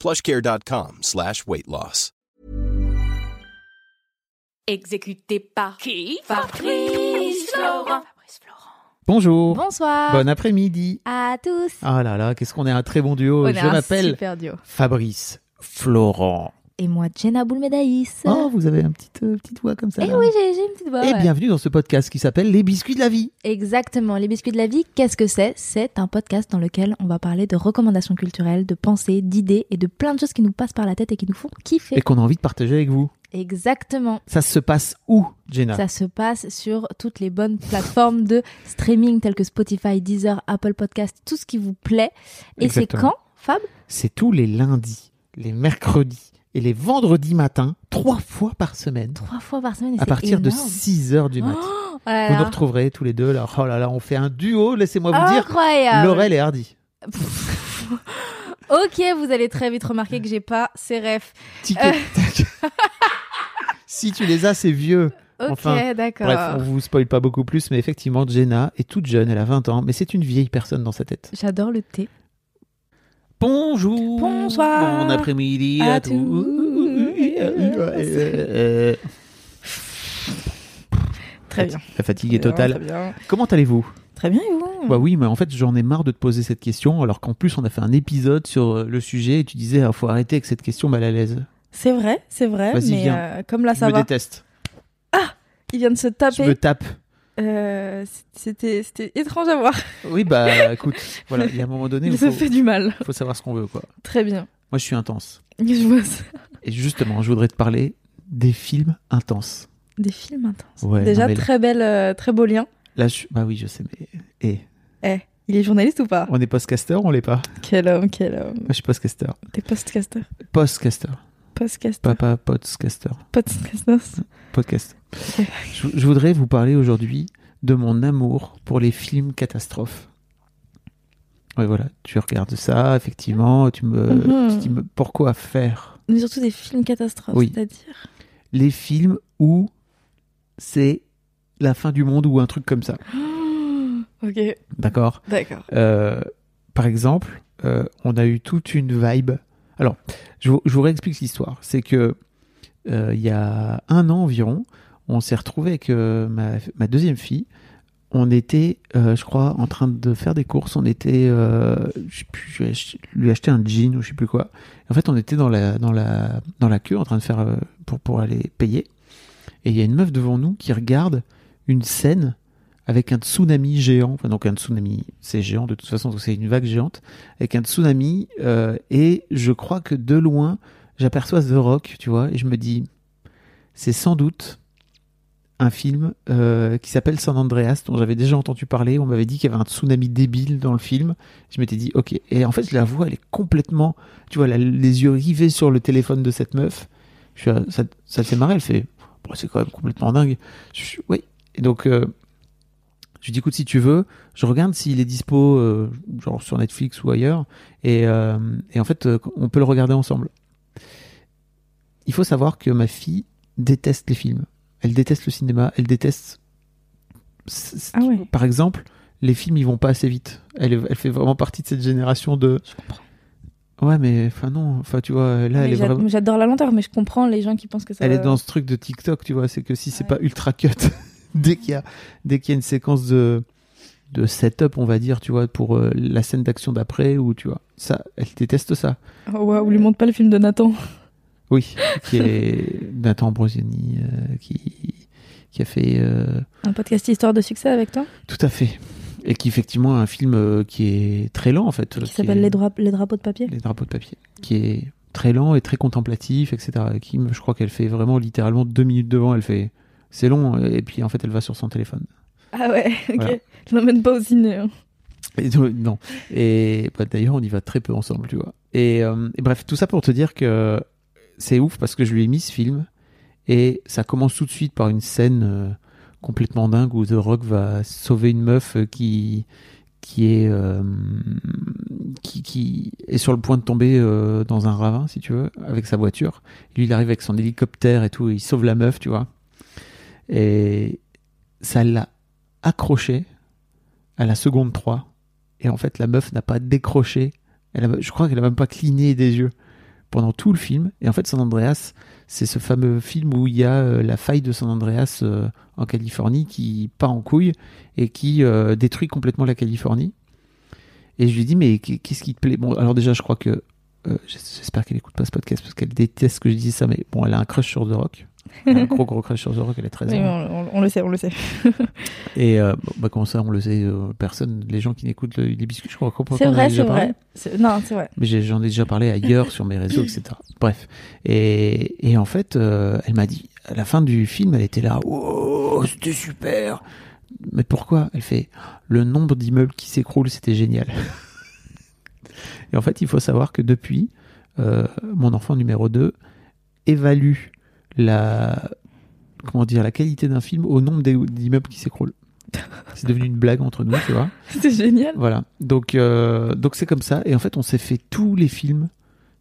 plushcare.com slash weight loss. Exécuté par qui Fabrice Florent. Fabrice Florent. Bonjour. Bonsoir. Bon après-midi. à tous. Ah là là, qu'est-ce qu'on est un très bon duo. On est Je un m'appelle Super duo. Fabrice Florent. Et moi, Jenna Boulmedaïs. Oh, Eh vous avez un petit euh, petite voix comme ça. Eh là. oui, j'ai j'ai une petite voix. Et ouais. bienvenue dans ce podcast qui s'appelle Les biscuits de la vie. Exactement. Les biscuits de la vie, qu'est-ce que c'est C'est un podcast dans lequel on va parler de recommandations culturelles, de pensées, d'idées et de plein de choses qui nous passent par la tête et qui nous font kiffer. Et qu'on a envie de partager avec vous. Exactement. Ça se passe où, Jenna Ça se passe sur toutes les bonnes plateformes de streaming telles que Spotify, Deezer, Apple Podcast, tout ce qui vous plaît. Et c'est Exactement. quand, Fab C'est tous les lundis, les mercredis et les vendredis matins, trois fois par semaine. Trois fois par semaine. et À c'est partir de énorme. 6 heures du matin. Oh là vous là. nous Oh, retrouverez tous les deux. Là. Oh là là, on fait un duo, laissez-moi vous dire. Incroyable. Laurel et Hardy. Pff. ok, vous allez très vite remarquer que j'ai pas ces refs. Tic et tac. si tu les as, c'est vieux. Ok, Enfin, d'accord. Bref, on vous spoil pas beaucoup plus, mais effectivement, Jenna est toute jeune, elle a 20 ans, mais c'est une vieille personne dans sa tête. J'adore le thé. Bonjour Bonsoir. Bon après-midi À à tous Euh, tous. Très bien. La fatigue est totale. Comment allez-vous Très bien, et Mmh. vous Bah oui, mais en fait, j'en ai marre de te poser cette question, alors qu'en plus, on a fait un épisode sur euh, le sujet et tu disais, ah, faut arrêter avec cette question mal à l'aise. C'est vrai, c'est vrai, Vas-y, mais viens. euh, comme là Je ça me va, déteste. il vient de Je se me taper. tape. Euh, c'était c'était étrange à voir. Oui, bah écoute, voilà, il y a un moment donné, Il il se faut, fait du mal. faut savoir ce qu'on veut, quoi. Très bien. Moi, je suis intense. Je vois ça. Et justement, je voudrais te parler des films intenses. Des films intenses. Ouais, Déjà non, mais là- très belle, euh, très beau lien. Là, je... bah oui, je sais, mais eh, Eh, il est journaliste ou pas on est postcaster, on l'est pas Quel homme, quel homme. Moi, je suis postcaster. T'es postcaster, Postcaster, postcaster, papa podcaster, podcaster. podcast. Je, je voudrais vous parler aujourd'hui de mon amour pour les films catastrophes. Ouais, voilà, tu regardes ça, effectivement, tu me, Mhm. tu te dis mais pourquoi faire Mais surtout des films catastrophes, Oui. c'est-à-dire. les films où c'est la fin du monde ou un truc comme ça, ok, d'accord d'accord. Euh, par exemple, euh, on a eu toute une vibe. Alors, je vous, je vous réexplique l'histoire. C'est que euh, il y a un an environ, on s'est retrouvé avec euh, ma, ma deuxième fille. On était, euh, je crois, en train de faire des courses. On était, euh, je sais plus, je vais ach- lui acheter un jean ou je sais plus quoi. En fait, on était dans la dans la dans la queue en train de faire euh, pour pour aller payer. Et il y a une meuf devant nous qui regarde une scène avec un tsunami géant, enfin donc un tsunami, c'est géant de toute façon, donc c'est une vague géante, avec un tsunami, euh, et je crois que de loin, j'aperçois The Rock, tu vois, et je me dis, c'est sans doute un film euh, qui s'appelle San Andreas, dont j'avais déjà entendu parler, on m'avait dit qu'il y avait un tsunami débile dans le film, je m'étais dit, ok, et en fait je la vois, elle est complètement, tu vois, elle a les yeux rivés sur le téléphone de cette meuf, je suis, là, ça, ça le fait marrer, elle fait, Bon, c'est quand même complètement dingue, Je suis, oui, et donc... euh, je lui dis, écoute, si tu veux, je regarde s'il est dispo, euh, genre sur Netflix ou ailleurs, et, euh, et en fait, euh, on peut le regarder ensemble. Il faut savoir que ma fille déteste les films. Elle déteste le cinéma, elle déteste. c- c- Ah ouais. Par exemple, les films, ils vont pas assez vite. Elle, est- elle fait vraiment partie de cette génération de. Je comprends. Ouais, mais enfin, non, enfin, tu vois, là, Mais elle est j'a- vraiment. J'adore la lenteur, mais je comprends les gens qui pensent que ça. Elle est va- dans ce truc de TikTok, tu vois, c'est que si c'est Ouais. pas ultra cut, dès qu'il y a dès qu'il y a une séquence de de setup, on va dire, tu vois, pour euh, la scène d'action d'après ou tu vois, ça, elle déteste ça. Oh, Waouh, lui montre pas le film de Nathan. Oui, qui est Nathan Ambrosiani euh, qui qui a fait euh, Un podcast histoire de succès avec toi tout à fait et qui effectivement a un film euh, qui est très lent en fait, euh, qui s'appelle est- les, Dra- les drapeaux de papier. les drapeaux de papier, qui est très lent et très contemplatif, etc. Qui, je crois qu'elle fait vraiment littéralement deux minutes devant, elle fait c'est long et puis en fait elle va sur son téléphone. Ah ouais, ok. Voilà. Je l'emmène pas au ciné. hein. Et donc, non. Et bah, d'ailleurs, on y va très peu ensemble, tu vois. Et, euh, et bref, tout ça pour te dire que c'est ouf parce que je lui ai mis ce film et ça commence tout de suite par une scène euh, complètement dingue où The Rock va sauver une meuf euh, qui qui est euh, qui, qui est sur le point de tomber euh, dans un ravin si tu veux avec sa voiture. Lui il arrive avec son hélicoptère et tout, et il sauve la meuf, tu vois. Et ça l'a accroché à la seconde 3 et en fait la meuf n'a pas décroché. Elle a- je crois qu'elle a même pas cligné des yeux pendant tout le film. Et en fait, San Andreas, c'est ce fameux film où il y a euh, la faille de San Andreas euh, en Californie qui part en couille et qui euh, détruit complètement la Californie. Et je lui dis, mais qu- qu'est-ce qui te plaît Bon, alors déjà, je crois que. euh, J'espère qu'elle écoute pas ce podcast parce qu'elle déteste que je dise ça, mais bon, elle a un crush sur The Rock. Elle a un gros, gros crush sur The Rock, elle est très Oui, on, on- on le sait, on le sait. Et euh, bah, comment ça, on le sait, euh, personne, les gens qui n'écoutent le- les biscuits, je crois qu'on C'est qu'on en a vrai, déjà c'est parlé. vrai. C'est- Non, c'est vrai. Mais j'ai- j'en ai déjà parlé ailleurs sur mes réseaux, etc. Bref. Et, et en fait, euh, elle m'a dit, à la fin du film, elle était là, oh, c'était super. Mais pourquoi Elle fait, le nombre d'immeubles qui s'écroulent, c'était génial. et en fait, il faut savoir que depuis, euh, mon enfant numéro 2 évalue la, comment dire, la qualité d'un film au nombre d'é- d'immeubles qui s'écroulent. C'est devenu une blague entre nous, tu vois. C'est génial. Voilà. Donc, euh, donc c'est comme ça. Et en fait, on s'est fait tous les films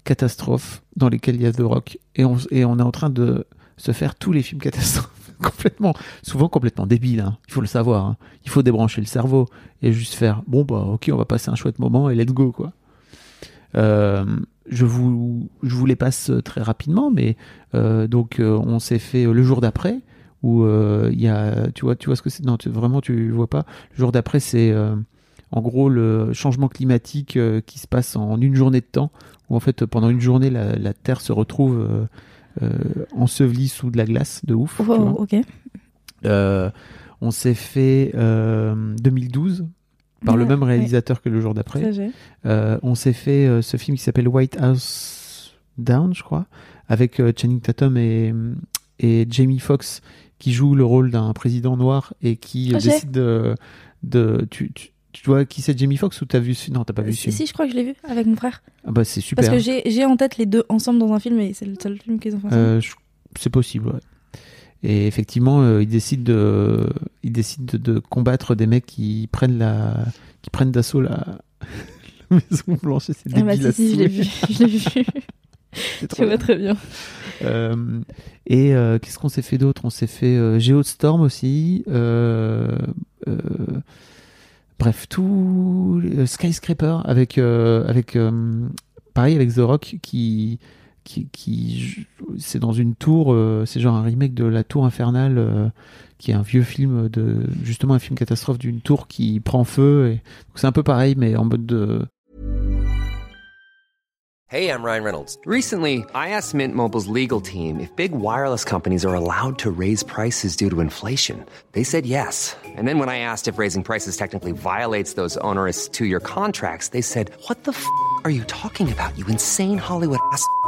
catastrophes dans lesquels il y a The Rock. Et on, et on est en train de se faire tous les films catastrophes complètement, souvent complètement débiles. hein. Il faut le savoir. hein. Il faut débrancher le cerveau et juste faire bon bah ok, on va passer un chouette moment et let's go quoi. Euh, je vous, je vous les passe très rapidement, mais euh, donc euh, on s'est fait le jour d'après où euh, il y a, tu vois, tu vois ce que c'est Non, tu- vraiment tu vois pas. Le jour d'après c'est euh, en gros le changement climatique euh, qui se passe en une journée de temps, où en fait pendant une journée la, la Terre se retrouve euh, euh, ensevelie sous de la glace, de ouf. tu vois. Wow, ok. Euh, on s'est fait euh, 2012 par le Ouais, même Ah, ouais. réalisateur que le jour Ça, d'après. j'ai- Euh, on s'est fait euh, ce film qui s'appelle White House Down, je crois, avec euh, Channing Tatum et, et Jamie Foxx qui joue le rôle d'un président noir et qui euh, Ok. décide de, de- tu, tu, tu vois qui c'est Jamie Foxx ou t'as vu ce- non t'as pas vu ce Euh, film Si, si, je crois que je l'ai vu avec mon frère. ah bah c'est Parce super que j'ai j'ai en tête les deux ensemble dans un film et c'est le seul film qu'ils ont fait ensemble. Euh, je- c'est possible, ouais. Et effectivement, euh, il décide de, il décide de, de combattre des mecs qui prennent la, qui prennent d'assaut la, la Maison Blanche. C'est ah Euh, débile. bah si, à si, je l'ai souhait. vu. Je l'ai vu. C'est trop tu vois bien. très bien. Euh, et euh, qu'est-ce qu'on s'est fait d'autre On s'est fait euh, Geostorm aussi. euh, euh, bref, tout euh, Skyscraper avec euh, avec euh, pareil avec The Rock qui qui, qui c'est dans une tour, euh, c'est genre un remake de La Tour infernale, euh, qui est un vieux film de justement un film catastrophe d'une tour qui prend feu. Et, donc c'est un peu pareil, mais en mode de Hey, I'm Ryan Reynolds. Recently, I asked Mint Mobile's legal team if big wireless companies are allowed to raise prices due to inflation. They said yes. And then when I asked if raising prices technically violates those onerous two year contracts, they said, What the f are you talking about, you insane Hollywood ass? f- a-"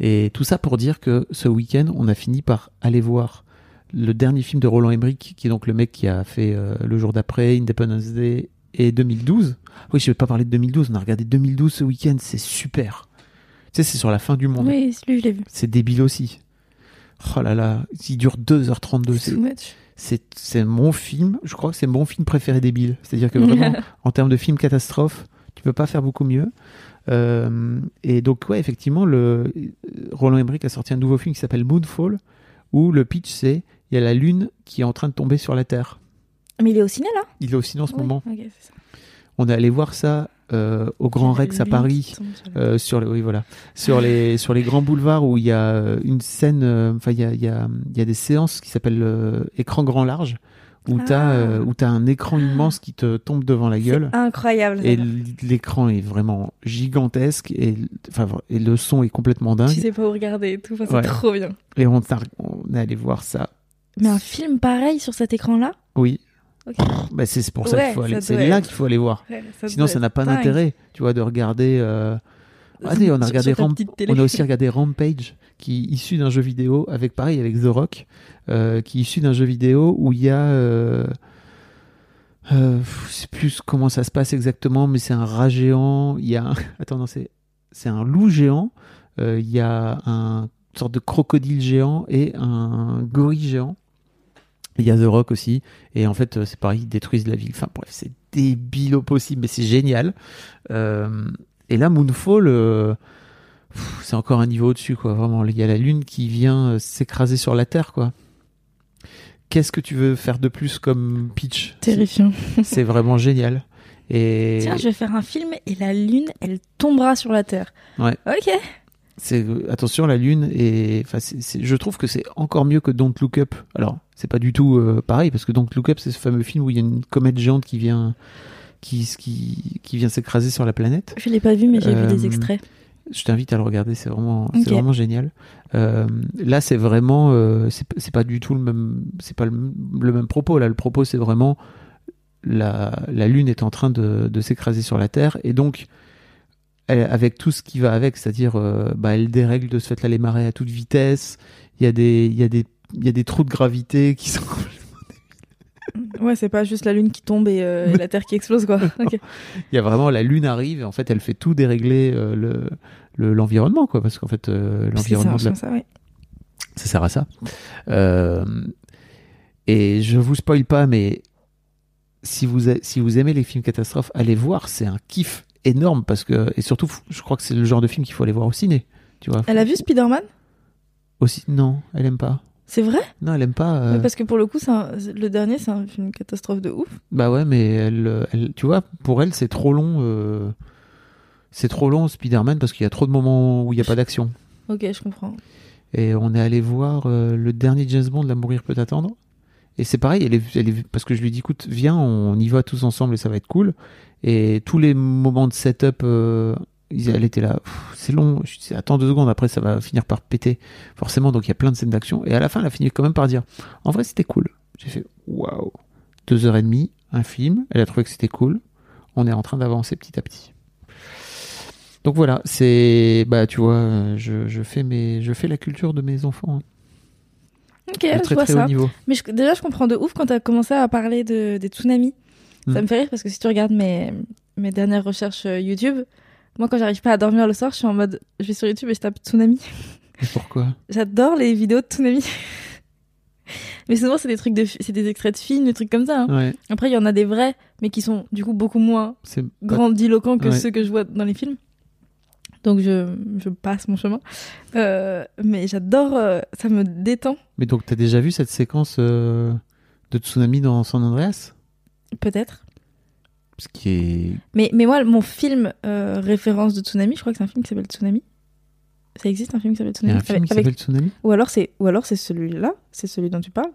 Et tout ça pour dire que ce week-end, on a fini par aller voir le dernier film de Roland Emmerich, qui est donc le mec qui a fait euh, Le jour d'après, Independence Day et 2012. Ah Oui, je vais pas parler de 2012, on a regardé 2012 ce week-end, c'est super. Tu sais, c'est sur la fin du monde. Oui, celui, je l'ai vu. C'est débile aussi. Oh là là, il dure 2h32. C'est c'est- too much. c'est c'est mon film, je crois que c'est mon film préféré débile. C'est-à-dire que vraiment, en termes de film catastrophe, tu peux pas faire beaucoup mieux. Euh, et donc, ouais, effectivement, le, Roland Emmerich a sorti un nouveau film qui s'appelle Moonfall, où le pitch c'est il y a la lune qui est en train de tomber sur la Terre. Mais il est au ciné là Il est au ciné en ce Oui, moment. ok, c'est ça. On est allé voir ça euh, au Grand Rex à Paris, euh, sur les, oui, voilà, sur les, sur les grands boulevards où il y a euh, une scène, euh, enfin, il y a, il y a- il y a des séances qui s'appellent euh, écran grand large, où tu Ah. as, un écran immense qui te tombe devant la gueule. Incroyable. Et ça. l- l'écran est vraiment gigantesque et, l- enfin, vra- et le son est complètement Tu dingue. sais pas où regarder et tout. Enfin, c'est Ouais. trop bien. Et on, t'a- on est allé voir ça. Mais un film pareil sur cet écran-là Oui, Ok. bah, c'est c'est pour ça Ouais, qu'il faut aller. ça C'est doit là être- qu'il faut aller voir. Ouais, ça Sinon, doit ça être n'a pas dingue. d'intérêt, tu vois, de regarder. euh, Sur- Allez, on a sur regardé ta Ramp- petite télé. On a aussi regardé Rampage, qui est issu d'un jeu vidéo, avec pareil, avec The Rock, euh, qui est issu d'un jeu vidéo où il y a. Euh, euh, pff, je sais plus comment ça se passe exactement, mais c'est un rat géant. Il y a. un- Attends, non, c'est c'est un loup géant. euh, Il y a un une sorte de crocodile géant et un gorille géant. Il y a The Rock aussi. Et en fait, euh, c'est pareil, ils détruisent la ville. Enfin bref, c'est débile au possible, mais c'est génial. Euh, et là, Moonfall, euh, pff, c'est encore un niveau au-dessus, quoi. Vraiment, il y a la lune qui vient euh, s'écraser sur la Terre, quoi. Qu'est-ce que tu veux faire de plus comme pitch Terrifiant. C'est- C'est vraiment génial. Et Tiens, je vais faire un film et la lune, elle tombera sur la Terre. Ouais. Ok. c'est euh, attention la lune et enfin c'est- c'est- je trouve que c'est encore mieux que Don't Look Up. Alors c'est pas du tout euh, pareil parce que Don't Look Up c'est ce fameux film où il y a une comète géante qui vient qui qui, qui vient s'écraser sur la planète. Je l'ai pas vu, mais j'ai Euh, vu des extraits. Je t'invite à le regarder, c'est vraiment Ok. c'est vraiment génial. Euh, là c'est vraiment euh, c'est p- c'est pas du tout le même c'est pas le, m- le même propos là. Le propos c'est vraiment la la lune est en train de de s'écraser sur la Terre et donc elle- avec tout ce qui va avec, c'est-à-dire euh, bah, elle dérègle de ce fait-là les marées à toute vitesse, il y, a des- il y, a des- il y a des trous de gravité qui sont... Ouais, c'est pas juste la lune qui tombe et, euh, et la Terre qui explose, quoi. Ok. Il y a vraiment la lune arrive et en fait elle fait tout dérégler euh, le- le- l'environnement, quoi, parce qu'en fait euh, l'environnement... de la- C'est ça, ouais. Ça sert à ça. Euh, et je vous spoil pas, mais si vous, a- si vous aimez les films catastrophes, allez voir, c'est un kiff énorme, parce que... Et surtout, f- je crois que c'est le genre de film qu'il faut aller voir au ciné. Tu vois, Elle a vu Spider-Man aussi non, elle aime pas. C'est vrai Non, elle aime pas. euh, Mais Parce que pour le coup, c'est un- le dernier, c'est un- une catastrophe de ouf. Bah ouais, mais elle, euh, elle- tu vois, pour elle, c'est trop long. euh, c'est trop long Spider-Man parce qu'il y a trop de moments où il n'y a pas d'action. Ok, je comprends. Et on est allé voir euh, le dernier James Bond, La Mourir peut attendre. Et c'est pareil, elle est, elle est- parce que je lui dis, écoute, viens, on y va tous ensemble et ça va être cool. Et tous les moments de setup, euh, ils- elle était là, Pff, c'est long, je dis, attends deux secondes, après ça va finir par péter. Forcément, donc il y a plein de scènes d'action. Et à la fin, elle a fini quand même par dire, en vrai, c'était cool. J'ai fait, waouh, deux heures et demie, un film, elle a trouvé que c'était cool. On est en train d'avancer petit à petit. Donc voilà, c'est bah tu vois, euh, je, je fais mes je fais la culture de mes enfants hein, Ok, de je très vois très ça. haut niveau. Mais je- déjà, je comprends de ouf quand t'as commencé à parler de, des tsunamis. Mm. Ça me fait rire parce que si tu regardes mes, mes dernières recherches euh, YouTube, moi, quand j'arrive pas à dormir le soir, je suis en mode, je vais sur YouTube et je tape tsunami. Mais pourquoi J'adore les vidéos de tsunami. mais souvent, c'est des trucs de, fi- c'est des extraits de films, des trucs comme ça. hein. Ouais, Après, il y en a des vrais, mais qui sont du coup beaucoup moins c'est bah, pas- grandiloquents que Ouais. ceux que je vois dans les films. Donc je, je passe mon chemin. Euh, mais j'adore, euh, ça me détend, Mais donc t'as déjà vu cette séquence euh, de tsunami dans San Andreas peut-être. Ce qui est Mais, mais moi, mon film euh, référence de Tsunami, je crois que c'est un film qui s'appelle Tsunami. Ça existe un film qui s'appelle il y Tsunami a un film Avec- qui avec- s'appelle Tsunami Ou alors c'est ou alors c'est celui-là, c'est celui dont tu parles.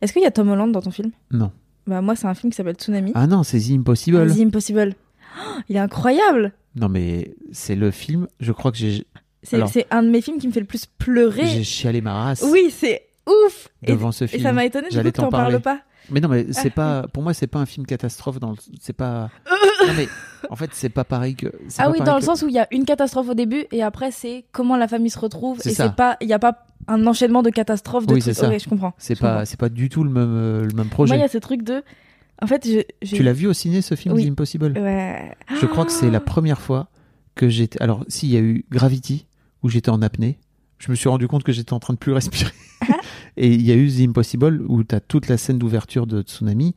Est-ce qu'il y a Tom Holland dans ton film Non. Bah moi, c'est un film qui s'appelle Tsunami. Ah non, c'est The Impossible. The Impossible. Oh, il est incroyable Non mais c'est le film, je crois que j'ai C'est Alors. c'est un de mes films qui me fait le plus j'ai pleurer. chialé ma race Oui, c'est ouf Et- devant ce Et film. ça m'a Ah, étonné du coup J'allais que t'en t'en parler. parles pas. Mais non, mais c'est pas. Pour moi, c'est pas un film catastrophe. Dans le... c'est pas. Euh. non mais en fait, c'est pas pareil que. c'est Ah pas oui, pareil dans le que- sens où il y a une catastrophe au début et après c'est comment la famille se retrouve C'est et ça. c'est pas il y a pas un enchaînement de catastrophes de Oui, trucs. c'est ça. Ok, je comprends. C'est Je pas. C'est pas du tout le même euh, le même projet. Moi, il y a ce truc de. En fait, je. j'ai- Tu l'as vu au ciné ce film Oui. The Impossible Ouais. Je crois que Ah. c'est la première fois que j'étais. Alors, s'il y a eu Gravity où j'étais en apnée, je me suis rendu compte que j'étais en train de plus respirer. Ah. Et il y a eu The Impossible où t'as toute la scène d'ouverture de Tsunami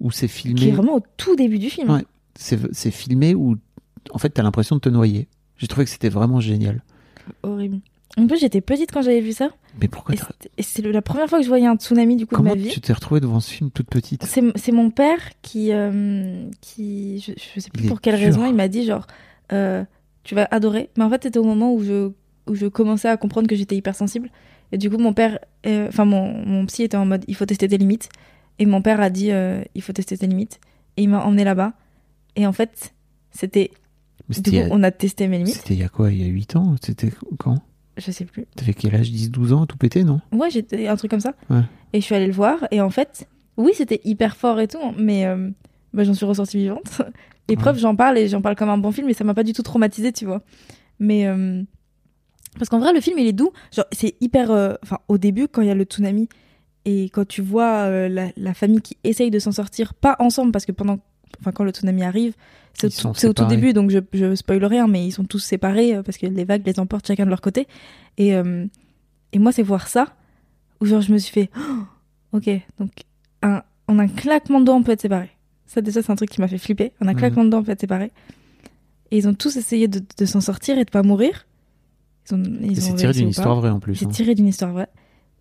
où c'est Qui est filmé. vraiment au tout début du film. Ouais. C'est c'est filmé où en fait t'as l'impression de te noyer. J'ai trouvé que c'était vraiment génial. Horrible. En plus, j'étais petite quand j'avais vu ça. Mais pourquoi Et t'as- c'était- Et c'est le- la première fois que je voyais un tsunami du coup Comment de ma vie. tu t'es retrouvée devant ce film toute petite C'est c'est mon père qui, euh, qui je, je sais Il plus est pour quelle dur. raison, il m'a dit genre, euh, tu vas adorer. Mais en fait, c'était au moment où je, où je commençais à comprendre que j'étais hypersensible. Et du coup, mon père, euh, enfin mon, mon psy était en mode, il faut tester tes limites. Et mon père a dit, euh, il faut tester tes limites. Et il m'a emmené là-bas. Et en fait, c'était, Mais du C'était il coup, y a- on a testé mes limites. c'était il y a quoi Il y a 8 ans C'était quand Je sais plus. T'avais quel âge 10-12 ans, tout pété, non Ouais, j'étais un truc comme ça. Ouais. Et je suis allée le voir. Et en fait, oui, c'était hyper fort et tout, mais euh, bah, j'en suis ressortie vivante. Et preuve, j'en parle et j'en parle comme un bon film, mais ça m'a pas du tout traumatisée, tu vois. Mais euh, parce qu'en vrai, le film, il est doux. Genre, c'est hyper. euh, Enfin, au début, quand il y a le tsunami et quand tu vois euh, la, la famille qui essaye de s'en sortir, pas ensemble, parce que pendant. Enfin, quand le tsunami arrive, c'est au Ils sont tout- c'est au tout séparés. début, donc je, je spoil rien, mais ils sont tous séparés euh, parce que les vagues les emportent chacun de leur côté. Et, euh, et moi, c'est voir ça où genre je me suis fait Oh, ok donc un, en un claquement de doigts on peut être séparés ça déjà c'est un truc qui m'a fait flipper en un Mhm. claquement de doigts on peut être séparés et ils ont tous essayé de, de s'en sortir et de pas mourir ils ont, ils Et ont C'est tiré réussi d'une ou pas. histoire vraie en plus. c'est hein. tiré d'une histoire vraie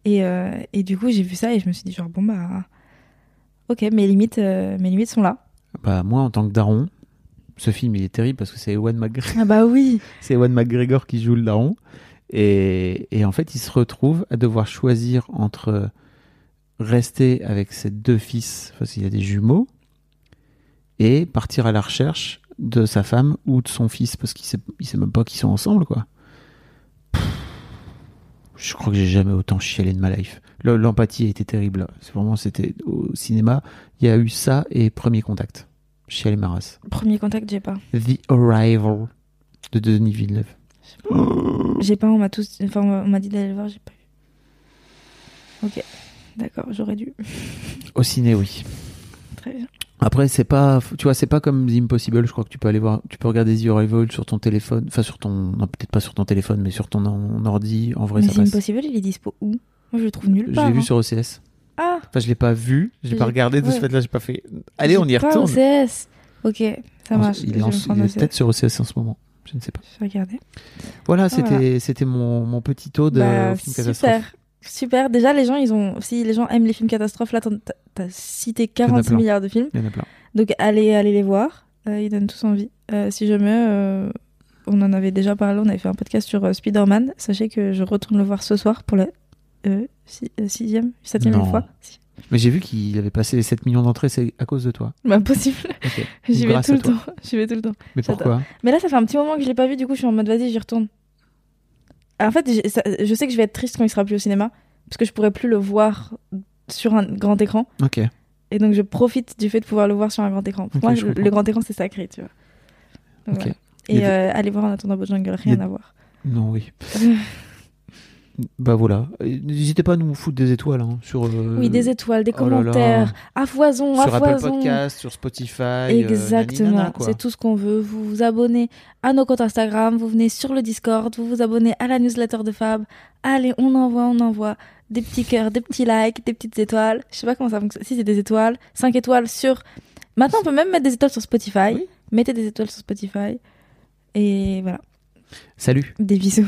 et, euh, et du coup j'ai vu ça et je me suis dit genre bon bah ok mes limites euh, mes limites sont là Bah, moi, en tant que daron, ce film il est terrible parce que c'est Ewan, McGre- ah bah oui c'est Ewan McGregor qui joue le daron. Et, et en fait, il se retrouve à devoir choisir entre rester avec ses deux fils, parce qu'il y a des jumeaux, et partir à la recherche de sa femme ou de son fils, parce qu'il sait, il sait même pas qu'ils sont ensemble, quoi. Pff, Je crois que j'ai jamais autant chialé de ma life. Le- L'empathie était terrible. C'est vraiment, c'était au cinéma. Il y a eu ça et Premier Contact. Chialé ma race. premier contact j'ai pas The Arrival de Denis Villeneuve. j'ai pas on m'a tous enfin on m'a dit d'aller le voir j'ai pas vu ok d'accord j'aurais dû Au ciné, oui. très bien Après, c'est pas, tu vois, c'est pas comme The Impossible. Je crois que tu peux aller voir, tu peux regarder The Arrival sur ton téléphone, enfin sur ton, non, peut-être pas sur ton téléphone, mais sur ton en- ordi. En vrai, mais ça c'est passe. impossible, il est dispo où Moi je le trouve nulle Je part. l'ai vu hein. sur OCS. Ah Enfin, je l'ai pas vu, je l'ai pas J'ai- regardé. De ce ouais. fait-là, j'ai pas fait. Allez, j'ai on y pas retourne. OCS. Ok, ça marche. Il je est, vais en- me prendre il est OCS. peut-être sur OCS en ce moment. Je ne sais pas. Je vais regarder. Voilà, c'était, Ah, voilà. c'était mon, mon petit taux de Bah, film catastrophe. super, super. Déjà les gens, ils ont, si les gens aiment les films catastrophes, là t'en- t'as- t'as cité 46 plein. milliards de films, Il y en a plein. donc allez, allez les voir. Euh, ils donnent tous envie. Euh, si jamais, euh, on en avait déjà parlé, on avait fait un podcast sur euh, Spider-Man. Sachez que je retourne le voir ce soir pour la euh, si- euh, sixième, septième Non. fois. Si. Mais j'ai vu qu'il avait passé les 7 millions d'entrées, c'est à cause de toi. Bah, possible. Ok. J'y vais Grâce tout à le toi. temps. J'y vais tout le temps. Mais J'adore. pourquoi Mais là, ça fait un petit moment que je l'ai pas vu, du coup, je suis en mode vas-y, j'y retourne. Alors, en fait, j'ai- ça- je sais que je vais être triste quand il sera plus au cinéma, parce que je pourrai plus le voir sur un grand écran. Ok. Et donc, je profite du fait de pouvoir le voir sur un grand écran. Pour Ok, moi, je le, comprends. le grand écran, c'est sacré, tu vois. Donc, Ok. voilà. Il y Et a euh, aller voir en attendant Jungle, rien Il y a- à voir. Non, oui. bah voilà. Euh, N'hésitez pas à nous foutre des étoiles hein, sur. euh, Oui, des étoiles, des oh là là. commentaires, à foison, à Sur Apple foison. Podcast, sur Spotify. euh, Exactement, naninana, quoi. c'est tout ce qu'on veut. Vous vous abonnez à nos comptes Instagram, vous venez sur le Discord, vous vous abonnez à la newsletter de Fab. Allez, on envoie, on envoie des petits cœurs, des petits likes, des petites étoiles. Je sais pas comment ça fonctionne. Si c'est des étoiles, 5 étoiles sur. Maintenant, on peut même mettre des étoiles sur Spotify. Oui. Mettez des étoiles sur Spotify. Et voilà, Salut. des bisous.